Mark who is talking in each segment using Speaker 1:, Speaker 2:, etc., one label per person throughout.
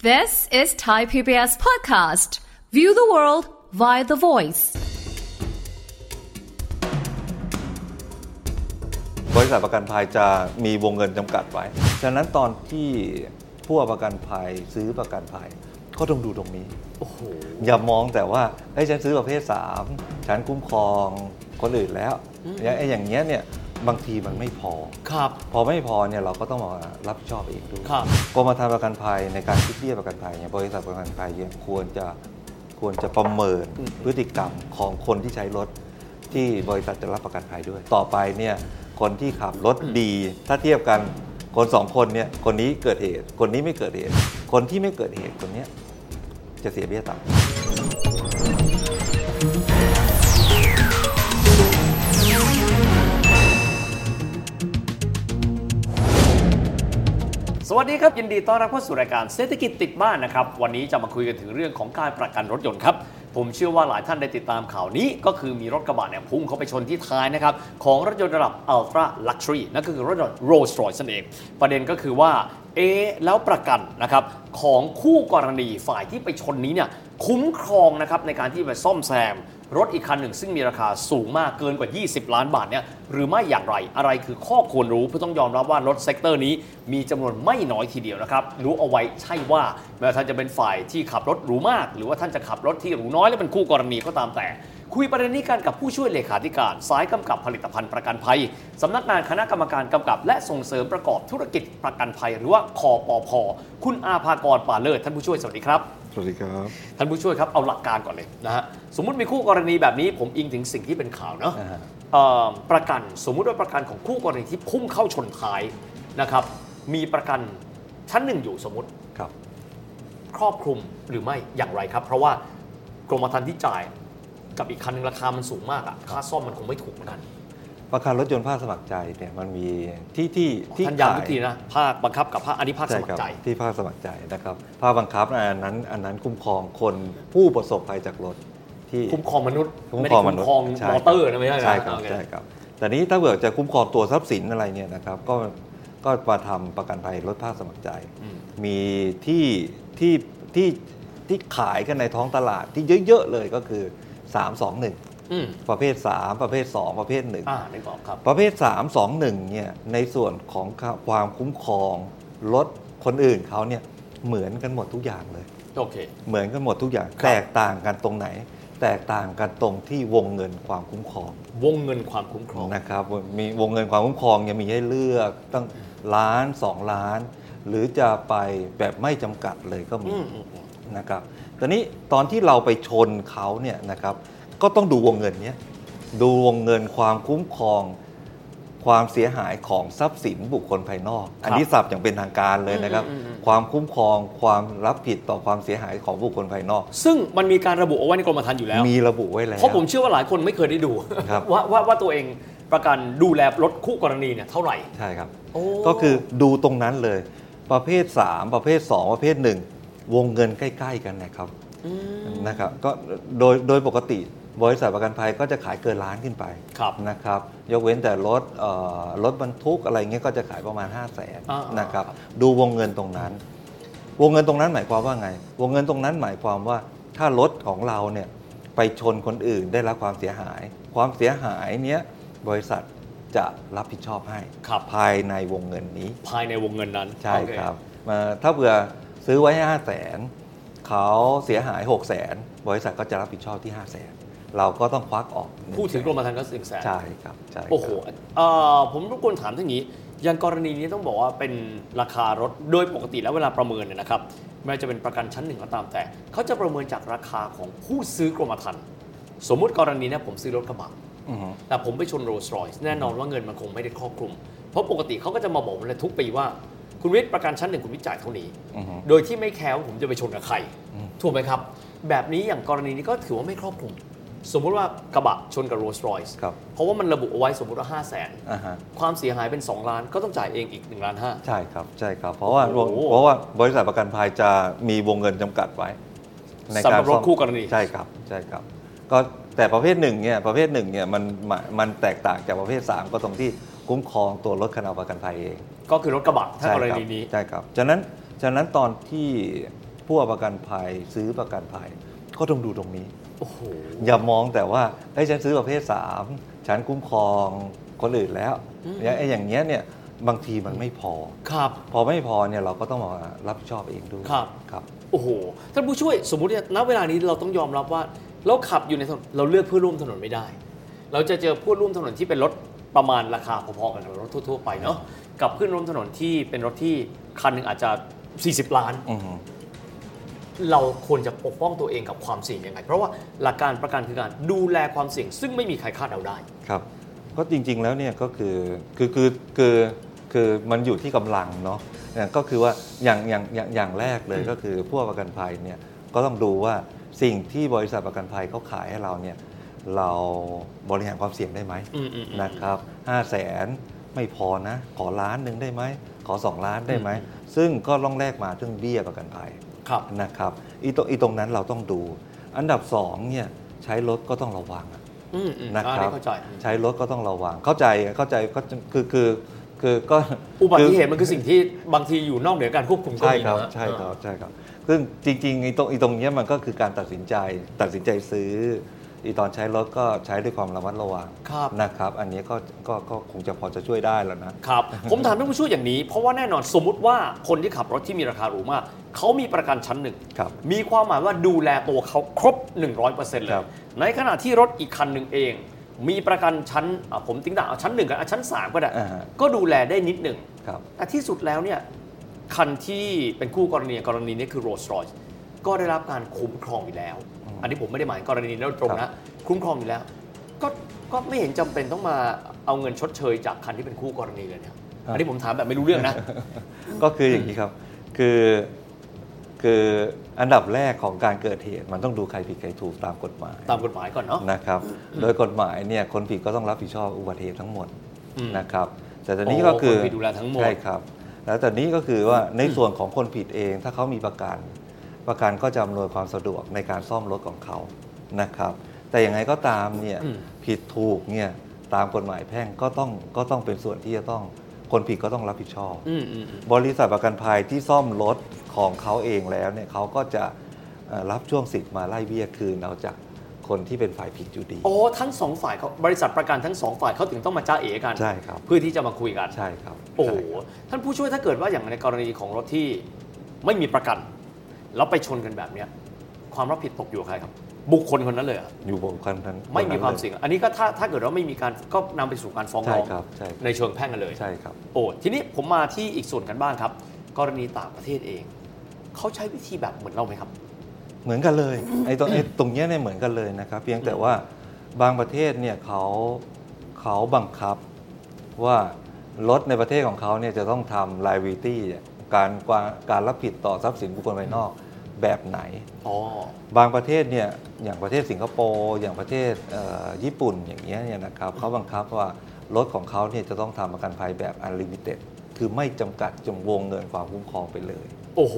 Speaker 1: This is Thai PBS podcast. View the world via the voice.
Speaker 2: บริษัทประกันภัยจะมีวงเงินจำกัดไว้ ฉะนั้นตอนที่ผู้ประกันภัยซื้อประกันภัย ก็ต้องดูตรงนี้
Speaker 3: โอ้โห
Speaker 2: อย่ามองแต่ว่าไอ้ยฉันซื้อประเภท 3 ฉันคุ้มครองคนอื่นแล้วอย่างไอ้อย่างเงี้ยเนี่ยบางทีมันไม่พอ
Speaker 3: ครับ
Speaker 2: พอไม่พอเนี่ยเราก็ต้องมารับผิดชอบเองด้วย
Speaker 3: ครับ
Speaker 2: กรมธรรม์ประกันภัยในการคิดเบี้ยประกันภัยเนี่ยบริษัทประกันภัยเนี่ยควรจะควรจะประเมินพฤติกรรมของคนที่ใช้รถ ที่บริษัทจะรับประกันภัยด้วย ต่อไปเนี่ยคนที่ขับรถดี ถ้าเทียบกันคนสองคนเนี่ยคนนี้เกิดเหตุคนนี้ไม่เกิดเหตุ คนที่ไม่เกิดเหตุคนเนี้ยจะเสียเบี้ยต่ำ
Speaker 3: สวัสดีครับ ยินดีต้อนรับเข้าสู่รายการเศรษฐกิจติดบ้านนะครับ วันนี้จะมาคุยกันถึงเรื่องของการประกันรถยนต์ครับ ผมเชื่อว่าหลายท่านได้ติดตามข่าวนี้ ก็คือมีรถกระบะเนี่ยพุ่งเข้าไปชนที่ท้ายนะครับ ของรถยนต์ระดับ Ultra Luxury นั่นก็คือรถยนต์ Rolls Royce นั่นเอง ประเด็นก็คือว่า เอ๊ะแล้วประกันนะครับของคู่กรณีฝ่ายที่ไปชนนี้เนี่ยคุ้มครองนะครับในการที่ไปซ่อมแซม รถอีกคันหนึ่งซึ่งมีราคาสูงมากเกินกว่า 20 ล้านบาทเนี่ยหรือไม่อย่างไรอะไรคือข้อควรรู้เพื่อต้องยอมรับว่ารถเซกเตอร์นี้มีจำนวนไม่น้อยทีเดียวนะครับรู้เอาไว้ใช่ว่าไม่ว่าท่านจะเป็นฝ่ายที่ขับรถหรูมาก หรือว่าท่านจะขับรถที่หรูน้อยและเป็นคู่กรณีก็ตามแต่ คุยประเด็นนี้กันกับผู้ช่วยเลขาธิการสายกำกับผลิตภัณฑ์ประกันภัยสำนักงานคณะกรรมการกำกับ และส่งเสริมประกอบธุรกิจประกันภัย หรือว่าคอปพคุณอาภากรป่าเลิศท่านผู้ช่วยสวัสดีครับ
Speaker 2: สวัสดีครับ
Speaker 3: ท่านผู้ช่วยครับ เอาหลักการก่อนเลยนะฮะสมมติมีคู่กรณีแบบนี้ผมอิงถึงสิ่งที่เป็นข่าวเนาะ
Speaker 2: อ่าฮะ
Speaker 3: เอ่อประกันสมมุติว่าประกันของคู่กรณีที่พุ่งเข้าชนท้ายนะครับ มีประกันชั้นหนึ่งอยู่สมมติ
Speaker 2: ครับ
Speaker 3: ครอบคลุมหรือไม่อย่างไรครับ เพราะว่ากรมธรรม์ที่จ่ายกับอีกคันหนึ่งราคามันสูงมากอะค่าซ่อมมันคงไม่ถูกเหมือนกัน
Speaker 2: ประกันรถยนต์ภาคสมัครใจเนี่ยมันมีที่ที่ที่
Speaker 3: ท่านย้ำ
Speaker 2: ข
Speaker 3: ทุกทีนะภาคบังคับกับภาคอันนี้ภาคสมัครใจ
Speaker 2: ช่บที่ภาคสมัครใจนะครับภาคบังคับอ่ะอันนั้นอันนั้นคุ้มครองคนผู้ประสบภัยจากรถที่
Speaker 3: คุ้มครองมนุษย์
Speaker 2: คุ้ม
Speaker 3: ไม่
Speaker 2: คร
Speaker 3: ได้
Speaker 2: องม
Speaker 3: คุ้ม
Speaker 2: นุษย์
Speaker 3: ครอง
Speaker 2: ใช่
Speaker 3: มอเตอร์นะไม่ใช่นะ
Speaker 2: ใช่ครับ
Speaker 3: โอเ
Speaker 2: ใช่ครับแต่นี้ถ้าเกิดจะคุ้มครองตัวทรัพย์สินอะไรเนี่ยนะครับก็ก็มาทำประกันภัยรถภาคสมัครใจ
Speaker 3: อืม
Speaker 2: มีที่ที่ที่ที่ขายกันในท้องตลาดที่เยอะๆเลยก็คือ 321
Speaker 3: อืม
Speaker 2: ประเภท 3 ประเภท 2 ประเภท 1
Speaker 3: อ่านึกออกครับ
Speaker 2: ประเภท 3 2 1เนี่ยในส่วนของความคุ้มครองรถคนอื่นเขาเนี่ยเหมือนกันหมดทุกอย่างเลย
Speaker 3: โอเค
Speaker 2: เหมือนกันหมดทุกอย่าง
Speaker 3: ครับ
Speaker 2: แตกต่างกันตรงไหน แตกต่างกันตรงที่วงเงินความคุ้มครอง
Speaker 3: วงเงินความคุ้มครอง
Speaker 2: นะครับมีวงเงินความคุ้มครองเนี่ยมีให้เลือกตั้งล้าน 2 ล้าน หรือจะไปแบบไม่จำกัดเลยก็มี
Speaker 3: อืมอืมอืม
Speaker 2: นะครับตอนนี้ตอนที่เราไปชนเขาเนี่ยนะครับ ก็ต้องดูวงเงินเนี้ยดูวงเงินความคุ้มครอง ความเสียหายของทรัพย์สินบุคคลภายนอก อันนี้สับอย่างเป็นทางการเลยนะครับ
Speaker 3: อืมอืมอืม
Speaker 2: ความคุ้มครองความรับผิดต่อความเสียหายของบุคคลภายนอก
Speaker 3: ซึ่งมันมีการระบุเอาไว้ในกรมธรรม์อยู่แล้ว
Speaker 2: มีระบุไว้แล้ว
Speaker 3: เพราะผมเชื่อว่าหลายคนไม่เคยได้ดู
Speaker 2: ครับ
Speaker 3: ว่าว่าว่าตัวเองประกันดูแลรถคู่กรณีเนี่ยเท่าไหร่
Speaker 2: ใช่ครับ
Speaker 3: โอ้
Speaker 2: ก็คือดูตรงนั้นเลย ประเภท 3 ประเภท 2 ประเภท 1 วงเงินใกล้ ๆ กันนะครับ นะครับก็โดยโดยปกติบริษัทประกันภัยก็จะขายเกินล้านขึ้นไป
Speaker 3: ครับ
Speaker 2: นะครับ ยกเว้นแต่รถเอ่อรถบรรทุกอะไรเงี้ยก็จะขายประมาณ 5 0 0แสน
Speaker 3: อ่าๆ
Speaker 2: นะครับ ดูวงเงินตรงนั้น วงเงินตรงนั้นหมายความว่าไง วงเงินตรงนั้นหมายความว่าถ้ารถของเราเนี่ยไปชนคนอื่นได้รับความเสียหาย ความเสียหายเนี้ยบริษัทจะรับผิดชอบให้
Speaker 3: ครับ
Speaker 2: ภายในวงเงินนี้
Speaker 3: ภายในวงเงินนั้น
Speaker 2: ใช่
Speaker 3: โอเ
Speaker 2: ครับมาถ้าเผื่อซื้อไว้ 5 0 0แสนเขาเสียหาย 6 0แสนบริษัทก็จะรับผิดชอบที่ 5 0 0แสนเราก็ต้องควักออก100,000
Speaker 3: ผู้ถือกรมธรรม์ก็สิ่งแสน
Speaker 2: ใช่ครับใช่ครับ
Speaker 3: โอ้โหเอ่อผมรบกวนถามท่างนี้อย่างกรณีนี้ต้องบอกว่าเป็นราคารถโดยปกติแล้วเวลาประเมินเนี่ยนะครับไม่ว่าจะเป็นประกันชั้นหนึ่งก็ตามแต่ เขาจะประเมินจากราคาของผู้ซื้อกรมธรรม์สมมุติกรณีเนี้ผมซื้อรถกระบะ
Speaker 2: อือฮึ
Speaker 3: แต่ผมไปชนโรลส์รอยส์แน่นอนว่าเงินมันคงไม่ได้ครอบคลุม เพราะปกติเขาก็จะมาบอกผมเลยทุกปีว่า คุณวิทย์ประกันชั้นหนึ่งคุณวิทย์จ่ายเท่านี้
Speaker 2: อือฮึ
Speaker 3: โดยที่ไม่แคร์ว่าผมจะไปชนกับใคร
Speaker 2: อืม
Speaker 3: ถูกไหมครับ แบบนี้อย่างกรณีนี้ก็ถือว่าไม่ครอบคลุม สมมุติว่ากระบะชนกับโรลส์รอยส์
Speaker 2: ครับ
Speaker 3: เพราะว่ามันระบุเอาไว้สมมุติว่า 5 0 0 0 0น
Speaker 2: อ่าฮะ
Speaker 3: ความเสียหายเป็น 2 ล้านก็ต้องจ่ายเองอีก1ล้านห้า
Speaker 2: ใช่ครับใช่ครับเพราะว่า
Speaker 3: โอ้โห
Speaker 2: เพราะว่าบริษัทประกันภัยจะมีวงเงินจำกัดไว้
Speaker 3: สำหรับรถคู่กรณี
Speaker 2: ใช่ครับใช่ครับก็แต่ประเภทหนึ่งเนี่ยประเภทหนึ่งเนี่ยมันมันมันแตกต่างจากประเภท 3 ก็ตรงที่คุ้มครองตัวรถคณะประกันภัยเอง
Speaker 3: ก็คือรถกระบะถ้ากรณีนี้
Speaker 2: ใช่ครับใช่ครับฉะนั้นฉะนั้นตอนที่ ผู้เอาประกันภัยซื้อประกันภัย ก็ต้องดูตรงนี้
Speaker 3: โอ้โห
Speaker 2: อย่ามองแต่ว่าไอ้ยฉันซื้อประเภท 3 ฉันคุ้มครองคนอื่นแล้ว
Speaker 3: อืม
Speaker 2: เนี่ยไอ้อย่างเงี้ยเนี่ยบางทีมันไม่พอ
Speaker 3: ครับ
Speaker 2: พอไม่พอเนี่ยเราก็ต้องมารับผิดชอบเองด้วย
Speaker 3: ครับ
Speaker 2: ครับ
Speaker 3: โอ้โห ท่านผู้ช่วยสมมุติเนี่ยณเวลานี้เราต้องยอมรับว่า เราขับอยู่ในถนนเราเลือกเพื่อนร่วมถนนไม่ได้ เราจะเจอเพื่อนร่วมถนนที่เป็นรถประมาณราคาพอๆกันกับรถทั่วๆไปเนาะกับเพื่อนร่วมถนนที่เป็นรถที่คันหนึ่งอาจจะ 40 ล้าน
Speaker 2: อือฮึ
Speaker 3: เราควรจะปกป้องตัวเองกับความเสี่ยงยังไง เพราะว่าหลักการประกันคือการดูแลความเสี่ยง ซึ่งไม่มีใครคาดเดาได้
Speaker 2: ครับก็จริงๆแล้วเนี่ยก็คือคือคือคือคือมันอยู่ที่กำลังเนาะเนี่ยก็คือว่าอย่างอย่างอย่างอย่างแรกเลย
Speaker 3: อืม
Speaker 2: ก็คือผู้ประกันภัยเนี่ยก็ต้องดูว่าสิ่งที่บริษัทประกันภัยเขาขายให้เราเนี่ยเราบริหารความเสี่ยงได้ไหม
Speaker 3: อืมอืมอืม
Speaker 2: นะครับห้าแสนไม่พอนะขอล้านหนึ่งได้ไหมขอสองล้านได้ไหมซึ่งก็ต้องแลกมาถึงเบี้ยประกันภัย
Speaker 3: ครับ
Speaker 2: นะครับอีตรงอีตรงนั้นเราต้องดู อันดับสองเนี่ยใช้รถก็ต้องระวังอะ
Speaker 3: อืมอืม
Speaker 2: นะค
Speaker 3: อ่า
Speaker 2: รับ
Speaker 3: ได้เข้าใจ
Speaker 2: ใช้รถก็ต้องระวังเข้าใจเข้าใจก็คือคือคือก็
Speaker 3: อุบัติเหตุมันคือสิ่งที่บางทีอยู่นอกเหนือการควบคุมก็
Speaker 2: ใช่
Speaker 3: มี
Speaker 2: ครับ
Speaker 3: นะ
Speaker 2: ใช่ครับใช่ครับซึ่งจริงๆไอ้ตรงไอ้ตรงเนี้ยมันก็คือการตัดสินใจตัดสินใจซื้อไอีตอนใช้รถก็ใช้ด้วยความระมัดระวัง
Speaker 3: ครับ
Speaker 2: นะครับ อันนี้ก็ก็ก็คงจะพอจะช่วยได้แล้วนะ
Speaker 3: ครับ ผมถามท่านผู้ช่วยอย่างนี้ เพราะว่าแน่นอนสมมุติว่าคนที่ขับรถที่มีราคาหรูมากเขามีประกันชั้นหนึ่ง
Speaker 2: ครับ
Speaker 3: มีความหมายว่าดูแลตัวเขาครบ 100%เล
Speaker 2: ครั
Speaker 3: ย
Speaker 2: บ
Speaker 3: ในขณะที่รถอีกคันหนึ่งเอง มีประกันชั้นอ่ะผมติ้งต่างเอาชั้นหนึ่งกับอ่ะชั้นสามก็ได้
Speaker 2: อ่าฮะ
Speaker 3: ก็ดูแลได้นิดหนึ่ง
Speaker 2: ครับ
Speaker 3: แต่ที่สุดแล้วเนี่ยคันที่เป็นคู่กรณีกรณีนี้คือโรลส์รอยซ์ก็ได้รับการคุ้มครองอยู่แล้ว อันนี้ผมไม่ได้หมายกรณีนี้โดยตรงนะ คุ้มครองอยู่แล้ว ก็ก็ไม่เห็นจำเป็นต้องมาเอาเงินชดเชยจากคันที่เป็นคู่กรณีเลยเนี่ยอันนี้ผมถามแบบไม่รู้เรื่อง นะ
Speaker 2: ก็คืออย่างนี้ครับคือคืออันดับแรกของการเกิดเหตุมันต้องดูใครผิดใครถูกตามกฎหมาย
Speaker 3: ตามกฎหมายก่อนเนาะ
Speaker 2: นะครับ โดยกฎหมายเนี่ยคนผิดก็ต้องรับผิดชอบอุบัติเหตุทั้งหมด
Speaker 3: อืม
Speaker 2: นะครับ แต่ตอน
Speaker 3: โอ้
Speaker 2: นี้ก็คือ
Speaker 3: คนผิดดูแลทั้งหมด
Speaker 2: ใช่ครับ แล้วตอนนี้ก็คือว่าในส่วนของคนผิดเองถ้าเขามีประกัน ประกันก็จะอำนวยความสะดวกในการซ่อมรถของเขานะครับ แต่อย่างไรก็ตามเนี่ยผิดถูกเนี่ยตามกฎหมายแพ่งก็ต้องก็ต้องเป็นส่วนที่จะต้องคนผิดก็ต้องรับผิดชอบ
Speaker 3: อืมอืมอืม
Speaker 2: บริษัทประกันภัยที่ซ่อมรถของเขาเองแล้วเนี่ยเขาก็จะเอ่อรับช่วงสิทธิ์มาไล่เบี้ยคืนเอาจากคนที่เป็นฝ่ายผิดอยู่ดี
Speaker 3: โอ้ทั้งสองฝ่ายเขาบริษัทประกันทั้งสองฝ่ายเขาถึงต้องมาจ้าเอกัน
Speaker 2: ใช่ครับ
Speaker 3: เพื่อที่จะมาคุยกัน
Speaker 2: ใช่ครับ
Speaker 3: โอ้โห
Speaker 2: ใช่ครับ
Speaker 3: ท่านผู้ช่วยถ้าเกิดว่าอย่างในกรณีของรถที่ไม่มีประกัน แล้วไปชนกันแบบเนี้ยความรับผิดตกอยู่กับใครครับ บุคคลคนนั้นเลยเหรอ
Speaker 2: อยู่บนคันนั้น
Speaker 3: ไม่มีควา
Speaker 2: น
Speaker 3: ม
Speaker 2: นั้นล
Speaker 3: เสี่ยง อันนี้ก็ถ้าถ้าเกิดว่าไม่มีการก็นำไปสู่การฟ้อง
Speaker 2: ใช่
Speaker 3: ร้อง
Speaker 2: ครับใช่ครับ
Speaker 3: ในเชิงแพ่งกันเลย
Speaker 2: ใช่ครับ
Speaker 3: โอ้ทีนี้ผมมาที่อีกส่วนกันบ้างครับ กรณีต่างประเทศเองเขาใช้วิธีแบบเหมือนเราไหมครับ
Speaker 2: เหมือนกันเลยไอ้ตรงไอ้ตรงเนี้ยเนี่ยเหมือนกันเลยนะครับ เพียงแต่ว่าบางประเทศเนี่ยเขาเขาบังคับว่ารถในประเทศของเขาเนี่ยจะต้องทำ liability การการรับผิดต่อทรัพย์สินบุคคลภายนอกแบบไหน
Speaker 3: อ๋อ
Speaker 2: บางประเทศเนี่ยอย่างประเทศสิงคโปร์อย่างประเทศเอ่อญี่ปุ่นอย่างเงี้ยเนี่ยนะครับเขาบังคับว่ารถของเขาเนี่ยจะต้องทำประกันภัยแบบ unlimited คือไม่จำกัดจำวงเงินความคุ้มครองไปเลย
Speaker 3: โอ้โห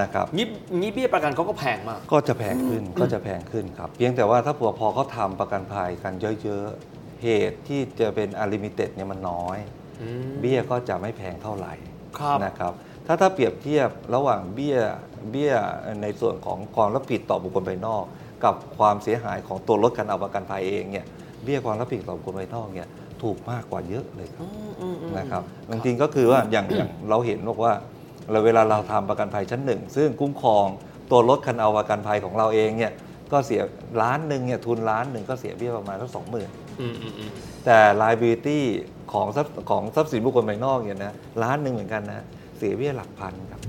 Speaker 2: นะครับ
Speaker 3: งี้งี้เบี้ยประกันเขาก็แพงมาก
Speaker 2: ก็จะแพงขึ้นก็จะแพงขึ้นครับ เพียงแต่ว่าถ้าพอพอเขาทำประกันภัยกันเยอะๆ เหตุที่จะเป็น unlimited เนี่ยมันน้อย
Speaker 3: อืม
Speaker 2: เบี้ยก็จะไม่แพงเท่าไหร่
Speaker 3: ครับ
Speaker 2: นะครับ ถ้าถ้าเปรียบเทียบระหว่างเบี้ยเบี้ยในส่วนของความรับผิดต่อบุคคลภายนอก กับความเสียหายของตัวรถคันเอาประกันภัยเองเนี่ยเบี้ยความรับผิดต่อบุคคลภายนอกเนี่ยถูกมากกว่าเยอะเลยครับ
Speaker 3: อืมอืมอืม
Speaker 2: นะครับบางทีก็คือว่าอย่างอย่างเราเห็นบอกว่าเราเวลาเราทำประกันภัยชั้นหนึ่งซึ่งคุ้มครองตัวรถคันเอาประกันภัยของเราเองเนี่ยก็เสียล้านหนึ่งเนี่ยทุนล้านหนึ่งก็เสียเบี้ยประมาณสักสองหมื่น
Speaker 3: อืมอืมอืม
Speaker 2: แต่ liability ของทรัพย์ของทรัพย์สินบุคคลภายนอกเนี่ยนะล้านหนึ่งเหมือนกันนะเสียเบี้ยหลักพันครับ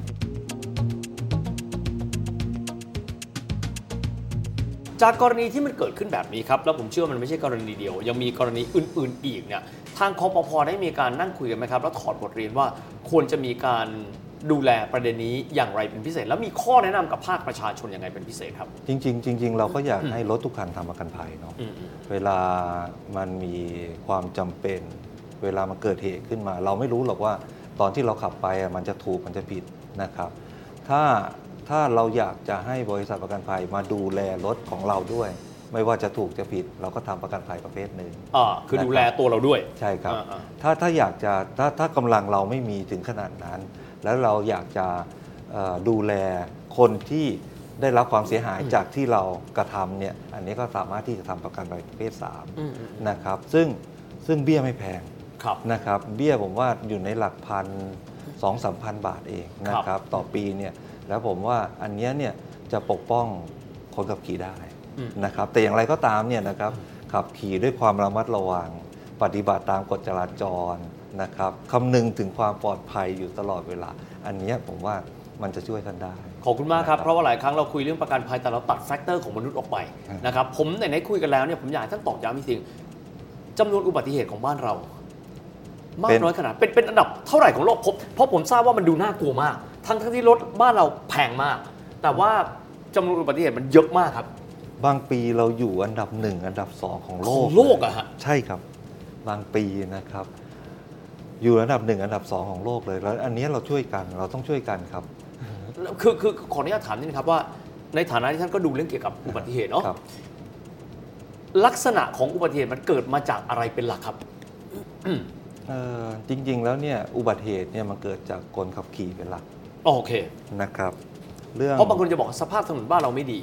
Speaker 3: จากกรณีที่มันเกิดขึ้นแบบนี้ครับ แล้วผมเชื่อมันไม่ใช่กรณีเดียว ยังมีกรณีอื่น ๆ อีกเนี่ยทางคอปพอได้มีการนั่งคุยกันไหมครับ แล้วถอดบทเรียนว่าควรจะมีการดูแลประเด็นนี้อย่างไรเป็นพิเศษ แล้วมีข้อแนะนำกับภาคประชาชนยังไงเป็นพิเศษครับ
Speaker 2: จริงๆจริงๆเราก็อยากให้รถทุกคันทำประกันภัยเนาะ
Speaker 3: อืมอืม
Speaker 2: เวลามันมีความจำเป็น เวลามันเกิดเหตุขึ้นมา เราไม่รู้หรอกว่าตอนที่เราขับไปอะมันจะถูกมันจะผิดนะครับ ถ้าถ้าเราอยากจะให้บริษัทประกันภัยมาดูแลรถของเราด้วย ไม่ว่าจะถูกจะผิด เราก็ทำประกันภัยประเภทหนึ่ง
Speaker 3: อ่าคือดูแลตัวเราด้วย
Speaker 2: ใช่ครับ
Speaker 3: อ่า
Speaker 2: ถ้าถ้าอยากจะถ้าถ้ากำลังเราไม่มีถึงขนาดนั้น แล้วเราอยากจะ เอ่อดูแลคนที่ได้รับความเสียหายจากที่เรากระทำเนี่ยอันนี้ก็สามารถที่จะทำประกันภัยประเภท
Speaker 3: อืมอืมอืม
Speaker 2: 3นะครับซึ่งซึ่งเบี้ยไม่แพง
Speaker 3: ครับ
Speaker 2: นะครับเบี้ยผมว่าอยู่ในหลักพันสองสามพันบาทเองนะ
Speaker 3: ค
Speaker 2: ค
Speaker 3: รั
Speaker 2: รับ บต่อปีเนี่ยแล้วผมว่าอันเนี้ยเนี่ยจะปกป้องคนขับขี่ได้
Speaker 3: อืม
Speaker 2: นะครับแต่อย่างไรก็ตามเนี่ยนะครับขับขี่ด้วยความระมัดระวัง ปฏิบัติตามกฎจราจรนะครับคำนึงถึงความปลอดภัยอยู่ตลอดเวลา อันเนี้ยผมว่ามันจะช่วยท่านได้
Speaker 3: ขอบคุณมากครับเพราะว่าหลายครั้งเราคุยเรื่องประกันภัยแต่เราตัดแฟกเตอร์ของมนุษย์ออกไป
Speaker 2: ครับ
Speaker 3: นะครับผมไหนๆคุยกันแล้วเนี่ยผมอยากให้ท่านตอบย้ำอีกทีจำนวนอุบัติเหตุของบ้านเรา มากน้อยขนาดเป็นเป็นอันดับเท่าไหร่ของโลกพบเพราะผมทราบว่ามันดูน่ากลัวมาก ทั้งทั้งที่รถบ้านเราแพงมาก แต่ว่าจำนวนอุบัติเหตุมันเยอะมากครับ
Speaker 2: บางปีเราอยู่อันดับหนึ่งอันดับสองของโล
Speaker 3: ข
Speaker 2: ก
Speaker 3: องโลกอะฮะ
Speaker 2: ใช่ครับ บางปีนะครับ อยู่อันดับหนึ่งอันดับสองของโลกเลยแล้ว อันนี้เราช่วยกันเราต้องช่วยกันครับ
Speaker 3: แล้วคือคือขออนุญาตถามนิดนึงครับว่า ในฐานะที่ท่านก็ดูเรื่องเกี่ยวกับอุบัติเหตุเนาะ
Speaker 2: ครับ
Speaker 3: ลักษณะของอุบัติเหตุมันเกิดมาจากอะไรเป็นหลักครับ
Speaker 2: เอ่อจริง ๆ แล้วเนี่ยอุบัติเหตุเนี่ยมันเกิดจากคนขับขี่เป็นหลัก
Speaker 3: อ๋อโอเค
Speaker 2: นะครับ เรื่อง
Speaker 3: เพราะบางคนจะบอกว่าสภาพถนนบ้านเราไม่ดี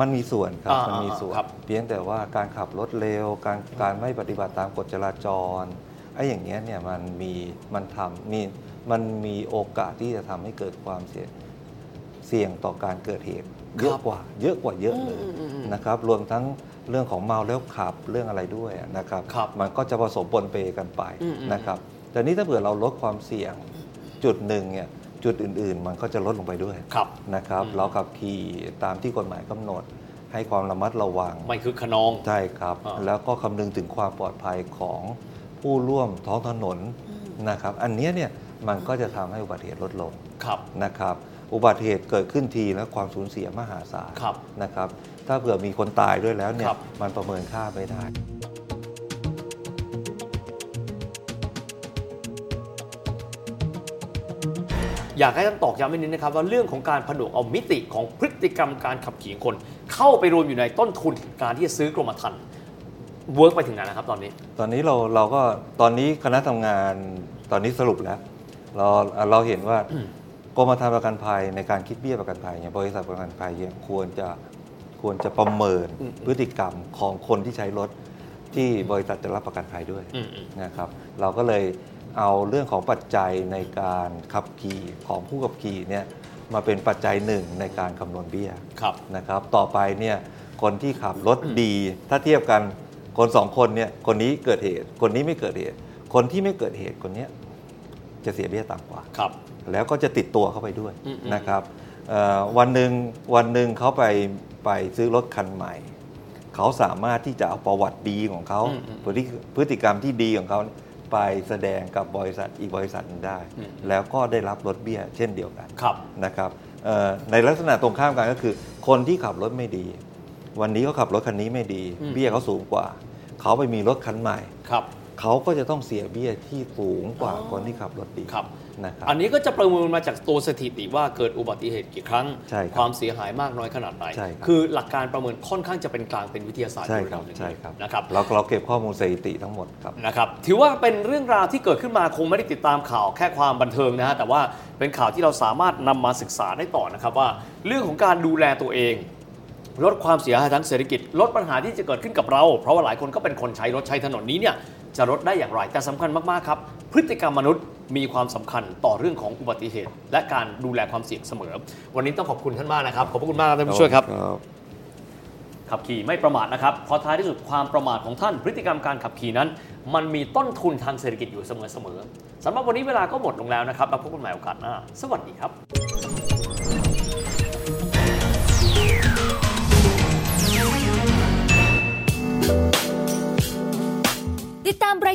Speaker 2: มันมีส่วนครับ
Speaker 3: อ่ามั
Speaker 2: มันมีส่วน
Speaker 3: ครับ
Speaker 2: เพียงแต่ว่าการขับรถเร็ว การการไม่ปฏิบัติตามกฎจราจรไอ้อย่างเงี้ยเนี่ยมันมีมันทำมีมันมีโอกาสที่จะทำให้เกิดความเสี่ยงเสี่ยงต่อการเกิดเหตุเยอะกว่า เยอะกว่าเยอะเลย
Speaker 3: อืมอืมอืม
Speaker 2: นะครับ รวมทั้งเรื่องของเมาแล้วขับเรื่องอะไรด้วยนะครับ
Speaker 3: ครับ
Speaker 2: มันก็จะผสมปนเปกันไป
Speaker 3: อืมอืม
Speaker 2: นะครับ แต่นี่ถ้าเผื่อเราลดความเสี่ยงจุดหนึ่งเนี่ยจุดอื่น ๆ มันก็จะลดลงไปด้วย
Speaker 3: ครับ
Speaker 2: นะครับ
Speaker 3: อืม
Speaker 2: เราขับขี่ตามที่กฎหมายกำหนด ให้ความระมัดระวัง
Speaker 3: ไม่คือขนอง
Speaker 2: ใช่ครับ
Speaker 3: อ่า
Speaker 2: แล้วก็คำนึงถึงความปลอดภัยของผู้ร่วมท้องถนนนะครับ อันเนี้ยเนี่ยมันก็จะทำให้อุบัติเหตุลดลง
Speaker 3: ครับ
Speaker 2: นะครับ อุบัติเหตุเกิดขึ้นทีแล้วความสูญเสียมหาศาล
Speaker 3: ครับ
Speaker 2: นะครับ ถ้าเผื่อมีคนตายด้วยแล้วเนี่
Speaker 3: ค
Speaker 2: ย
Speaker 3: รับ
Speaker 2: มันประเมินค่าไม่ได้
Speaker 3: อยากให้ท่านตอกย้ำนิดนึงนะครับว่าเรื่องของการผนวกเอามิติของพฤติกรรมการขับขี่ของคน เข้าไปรวมอยู่ในต้นทุนการที่จะซื้อกรมธรรม์เวิร์กไปถึงไหนแล้วครับตอนนี้
Speaker 2: ตอนนี้เราเราก็ตอนนี้คณะทำงานตอนนี้สรุปแล้ว เราเราเห็นว่ากรมธรรม์ประกันภัยในการคิดเบี้ยประกันภัยเนี่ยบริษัทประกันภัยเนี่ยควรจะควรจะประเมิน
Speaker 3: อืม
Speaker 2: พฤติกรรมของคนที่ใช้รถที่บริษัทจะรับประกันภัยด้วย
Speaker 3: อืมอืม
Speaker 2: นะครับ เราก็เลยเอาเรื่องของปัจจัยในการขับขี่ของผู้ขับขี่เนี่ยมาเป็นปัจจัยหนึ่งในการคำนวณเบี้ย
Speaker 3: ครับ
Speaker 2: นะครับต่อไปเนี่ยคนที่ขับรถดี ถ้าเทียบกันคนสองคนเนี่ยคนนี้เกิดเหตุ คนนี้ไม่เกิดเหตุ คนที่ไม่เกิดเหตุคนเนี้ยจะเสียเบี้ยต่ำกว่า
Speaker 3: ครับ
Speaker 2: แล้วก็จะติดตัวเข้าไปด้วย
Speaker 3: อืม
Speaker 2: นะครับเอ่อวันหนึ่งวันหนึ่งเขาไปไปซื้อรถคันใหม่ เขาสามารถที่จะเอาประวัติดีของเขาพฤติพฤติกรรมที่ดีของเขาเนี่ยไปแสดงกับบริษัทอีกบริษัทหนึ่งได้ แล้วก็ได้รับลดเบี้ยเช่นเดียวกัน
Speaker 3: ครับ
Speaker 2: นะครับเอ่อในลักษณะตรงข้ามกันก็คือ คนที่ขับรถไม่ดี วันนี้เขาขับรถคันนี้ไม่ดี
Speaker 3: อืม
Speaker 2: เบี้ยเขาสูงกว่า เขาไปมีรถคันใหม่
Speaker 3: ครับ
Speaker 2: เขาก็จะต้องเสียเบี้ยที่สูงกว่า
Speaker 3: อ๋อ
Speaker 2: คนที่ขับรถดี
Speaker 3: ครับ
Speaker 2: นะครับ
Speaker 3: อันนี้ก็จะประมวลมาจากตัวสถิติว่าเกิดอุบัติเหตุกี่ครั้ง
Speaker 2: ใช่ครับ
Speaker 3: ความเสียหายมากน้อยขนาดไหน
Speaker 2: ใช่ครับ
Speaker 3: คือหลักการประเมินค่อนข้างจะเป็นกลางเป็นวิทยาศาสตร์
Speaker 2: ใช่
Speaker 3: อยู่
Speaker 2: ครับ
Speaker 3: หนึ่ง
Speaker 2: ใช่ครับ
Speaker 3: นะครับ
Speaker 2: เราเราเก็บข้อมูลสถิติทั้งหมดครับ
Speaker 3: นะครับถือว่าเป็นเรื่องราวที่เกิดขึ้นมาคงไม่ได้ติดตามข่าวแค่ความบันเทิงนะฮะแต่ว่าเป็นข่าวที่เราสามารถนำมาศึกษาได้ต่อนะครับว่า เรื่องของการดูแลตัวเอง ลดความเสียหายทางเศรษฐกิจ ลดปัญหาที่จะเกิดขึ้นกับเรา เพราะว่าหลายคนก็เป็นคนใช้รถใช้ถนนนี้เนี่ยจะลดได้อย่างไร แต่สำคัญมากๆครับ พฤติกรรมมนุษย์มีความสำคัญต่อเรื่องของอุบัติเหตุ และการดูแลความเสี่ยงเสมอ วันนี้ต้องขอบคุณท่านมากนะครับขอบพระคุณมากครับท่านผู้ช่วยครับ ขับขี่ไม่ประมาทนะครับ เพราะท้ายที่สุดความประมาทของท่านพฤติกรรมการขับขี่นั้น มันมีต้นทุนทางเศรษฐกิจอยู่เสมอๆสำหรับวันนี้เวลาก็หมดลงแล้วนะครับแล้วพบกันใหม่โอกาสหน้า สวัสดีครับ
Speaker 4: ติดตามรา